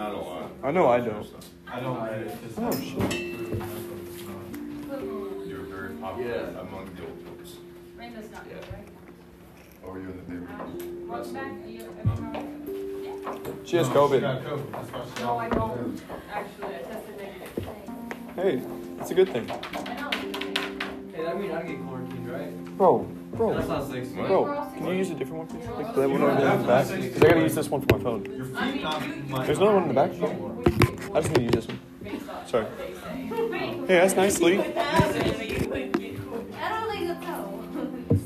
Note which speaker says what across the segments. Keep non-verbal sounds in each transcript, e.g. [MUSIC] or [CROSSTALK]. Speaker 1: I know I don't.
Speaker 2: I don't read it. 'cause
Speaker 1: Oh,
Speaker 2: that's
Speaker 1: shit.
Speaker 2: not true, and that's what it's not.
Speaker 3: You're very popular
Speaker 4: Yeah.
Speaker 3: among the old folks.
Speaker 5: Rainbow's not good, right?
Speaker 3: How are you in the paper?
Speaker 5: Um, Welcome back, are you, yeah.
Speaker 1: She has
Speaker 2: No, She
Speaker 1: COVID.
Speaker 2: got COVID. That's why she
Speaker 5: No, I don't, actually, I tested negative today.
Speaker 1: Hey, it's a good thing.
Speaker 5: I know.
Speaker 4: Hey, that means I get quarantined, right?
Speaker 1: Bro,
Speaker 4: That's
Speaker 1: bro,
Speaker 4: not six.
Speaker 3: What?
Speaker 1: bro. Can you use a different one, please? Like that one over there in the back? 'Cause I gotta use this one for my phone.
Speaker 2: Your
Speaker 5: I mean,
Speaker 2: feet not.
Speaker 5: you-
Speaker 2: might
Speaker 1: There's
Speaker 2: not
Speaker 1: another one in the back.
Speaker 2: be
Speaker 1: Phone.
Speaker 2: anymore.
Speaker 1: I just need to use this one.
Speaker 5: Based off
Speaker 1: Sorry.
Speaker 5: what they say.
Speaker 1: Hey, that's nice, Lee.
Speaker 6: I don't think that's how.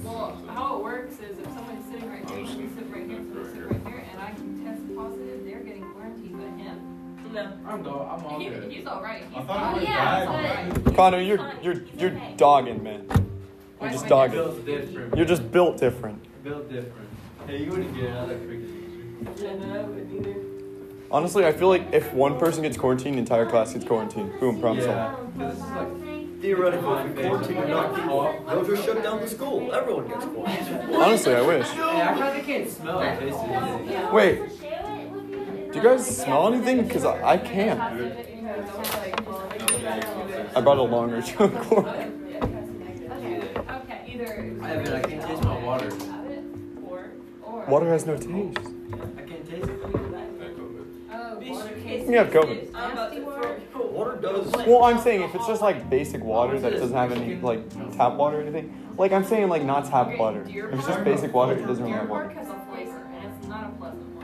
Speaker 5: Well, how it works is if someone's sitting right here, someone's sitting right here, someone's sitting right here, and I can test positive, they're getting quarantined, but him,
Speaker 6: No.
Speaker 4: I'm dog. I'm all
Speaker 5: he,
Speaker 4: good.
Speaker 5: he's all right.
Speaker 2: I
Speaker 5: He's
Speaker 2: thought
Speaker 6: Oh
Speaker 2: it was
Speaker 6: yeah,
Speaker 2: bad.
Speaker 6: but
Speaker 1: Connor, you're
Speaker 6: Fine.
Speaker 1: you're
Speaker 6: He's
Speaker 1: you're
Speaker 6: okay.
Speaker 1: dogging, man. You're just dogging.
Speaker 4: Built different.
Speaker 1: You're just built different.
Speaker 4: built different. Hey, you wouldn't get out of that quick.
Speaker 1: Honestly, I feel like if one person gets quarantined, the entire class gets quarantined. Boom, problem solved.
Speaker 4: Yeah. This is like-
Speaker 7: Theoretically,
Speaker 4: Mine
Speaker 7: if you quarantine
Speaker 4: knock you off.
Speaker 7: They'll just shut down the school. Everyone gets quarantined.
Speaker 1: Honestly, I wish.
Speaker 4: Hey, I kinda can't smell or taste anything.
Speaker 1: Wait.
Speaker 6: Do
Speaker 1: Do you guys smell anything? Cause I, I can't. I brought a longer [LAUGHS] joke.
Speaker 6: Okay.
Speaker 5: Okay, either.
Speaker 4: I have it, I can't taste my water.
Speaker 5: Or, or.
Speaker 1: Water has no taste.
Speaker 4: I can't taste it.
Speaker 3: Back over.
Speaker 5: Oh, water
Speaker 1: You can have COVID.
Speaker 6: I'm about to
Speaker 7: Water does.
Speaker 1: Well, I'm saying if it's just like basic water that doesn't have any like tap water or anything. Like I'm saying like not tap water. If it's just basic water, it doesn't really
Speaker 5: Deer
Speaker 1: have
Speaker 5: Park
Speaker 1: water.
Speaker 5: has a flavor, and it's not a pleasant one.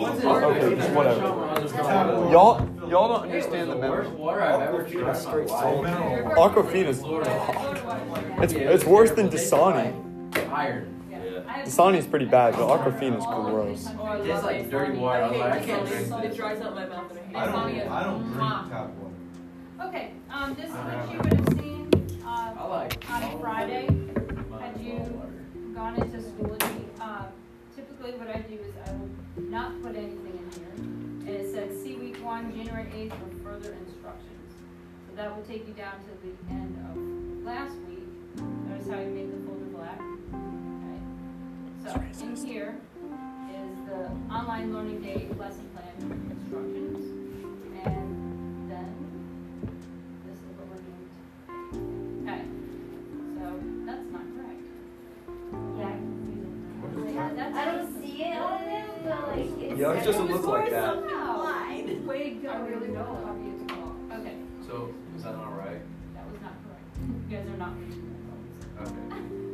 Speaker 2: What is the
Speaker 4: I went to
Speaker 2: face?
Speaker 4: this Mexican
Speaker 1: Okay, just whatever.
Speaker 4: restaurant when I was a
Speaker 2: Tap
Speaker 4: child.
Speaker 2: water.
Speaker 1: Y'all, y'all don't
Speaker 4: It was
Speaker 1: understand the
Speaker 4: the
Speaker 1: memo.
Speaker 4: worst water I've ever tried in my
Speaker 7: Straight
Speaker 4: life.
Speaker 2: Mineral water.
Speaker 1: Aquafina's. It's it's worse than Dasani.
Speaker 4: Iron.
Speaker 7: Yeah.
Speaker 1: Dasani's pretty bad, but Aquafina's gross.
Speaker 5: Oh,
Speaker 4: Tastes like dirty water. I was like, I can't drink
Speaker 5: It
Speaker 4: this.
Speaker 5: dries out my mouth and
Speaker 2: I
Speaker 5: hate
Speaker 2: don't,
Speaker 5: it.
Speaker 2: I don't
Speaker 5: Mwah.
Speaker 2: drink tap water.
Speaker 5: Okay, um, this is what you would have seen,
Speaker 4: I
Speaker 5: uh,
Speaker 4: like.
Speaker 5: on Friday,
Speaker 4: my
Speaker 5: had you-
Speaker 4: water.
Speaker 5: gone into Schoology. Um, typically what I do is I will not put anything in here. And it says, see week one, January eighth for further instructions. So that will take you down to the end of last week. Notice how you made the folder black. Right. So in here is the online learning day lesson plan instructions. And then this is what we're doing. Okay, so that's not correct. Yeah, that's-
Speaker 6: I don't see it on there, but like. it's-
Speaker 7: Yeah, it doesn't look like that.
Speaker 6: Why?
Speaker 5: Way to go. I really don't love you at all. Okay,
Speaker 4: So, was that not right?
Speaker 5: that was not correct. You guys are not reading
Speaker 4: Okay.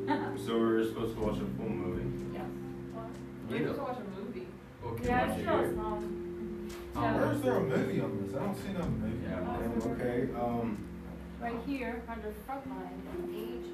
Speaker 5: the phones.
Speaker 3: So we're supposed to watch a full movie.
Speaker 5: Yes.
Speaker 4: You
Speaker 5: We're
Speaker 4: know.
Speaker 5: just watch a movie.
Speaker 4: Okay.
Speaker 6: Yeah,
Speaker 4: watch
Speaker 6: it's
Speaker 4: it here.
Speaker 6: not.
Speaker 2: Where's there a movie on this? I don't see no movie.
Speaker 4: Yeah.
Speaker 3: Okay, um.
Speaker 5: Right here, under frontline, age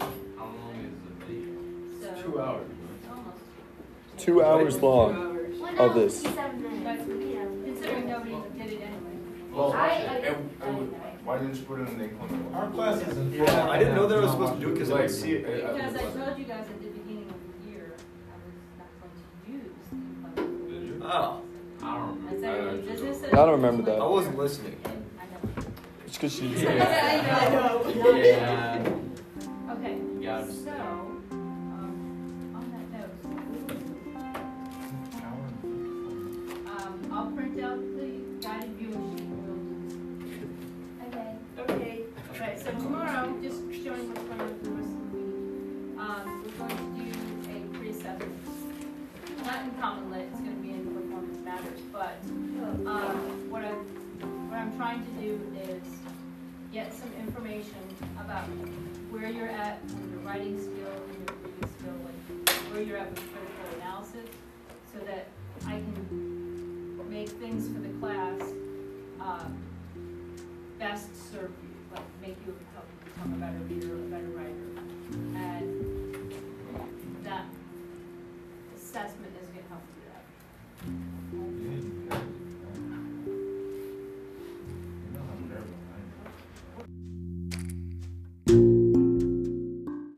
Speaker 5: of
Speaker 4: How long is the video?
Speaker 5: eight.
Speaker 4: It's
Speaker 5: So,
Speaker 4: two hours.
Speaker 5: it's almost.
Speaker 1: Two hours long.
Speaker 6: Well,
Speaker 1: Of
Speaker 6: no,
Speaker 1: Oh, this.
Speaker 6: Seven minutes. Yeah.
Speaker 5: Considering nobody did it anyway.
Speaker 4: Well,
Speaker 6: I-
Speaker 3: and-
Speaker 6: I-
Speaker 3: and eh, Why didn't you put it in the inclement?
Speaker 2: Our class is in.
Speaker 7: Yeah, I didn't know that I was supposed to do it because I didn't see it. I- I-
Speaker 5: Because I told you guys at the beginning of the year, I was not going to use the inclement.
Speaker 3: Did you?
Speaker 7: Oh,
Speaker 4: I don't
Speaker 5: [LAUGHS]
Speaker 4: remember.
Speaker 5: I said, you did this.
Speaker 1: I don't remember that.
Speaker 7: I wasn't listening.
Speaker 5: I know.
Speaker 1: It's cause she.
Speaker 4: Yeah. Yeah.
Speaker 5: Okay.
Speaker 4: You gotta just-
Speaker 5: So, um, on that note, um, I'll print out the guided viewing sheet. and we'll
Speaker 6: Okay.
Speaker 5: do this. Okay, so tomorrow, just showing what's going on for the rest of the week, um, we're going to do a precept. Not in common lit, it's gonna be in performance matters, but, um, what I, what I'm trying to do is get some information about where you're at in your writing skill and your reading skill, like where you're at with critical uh,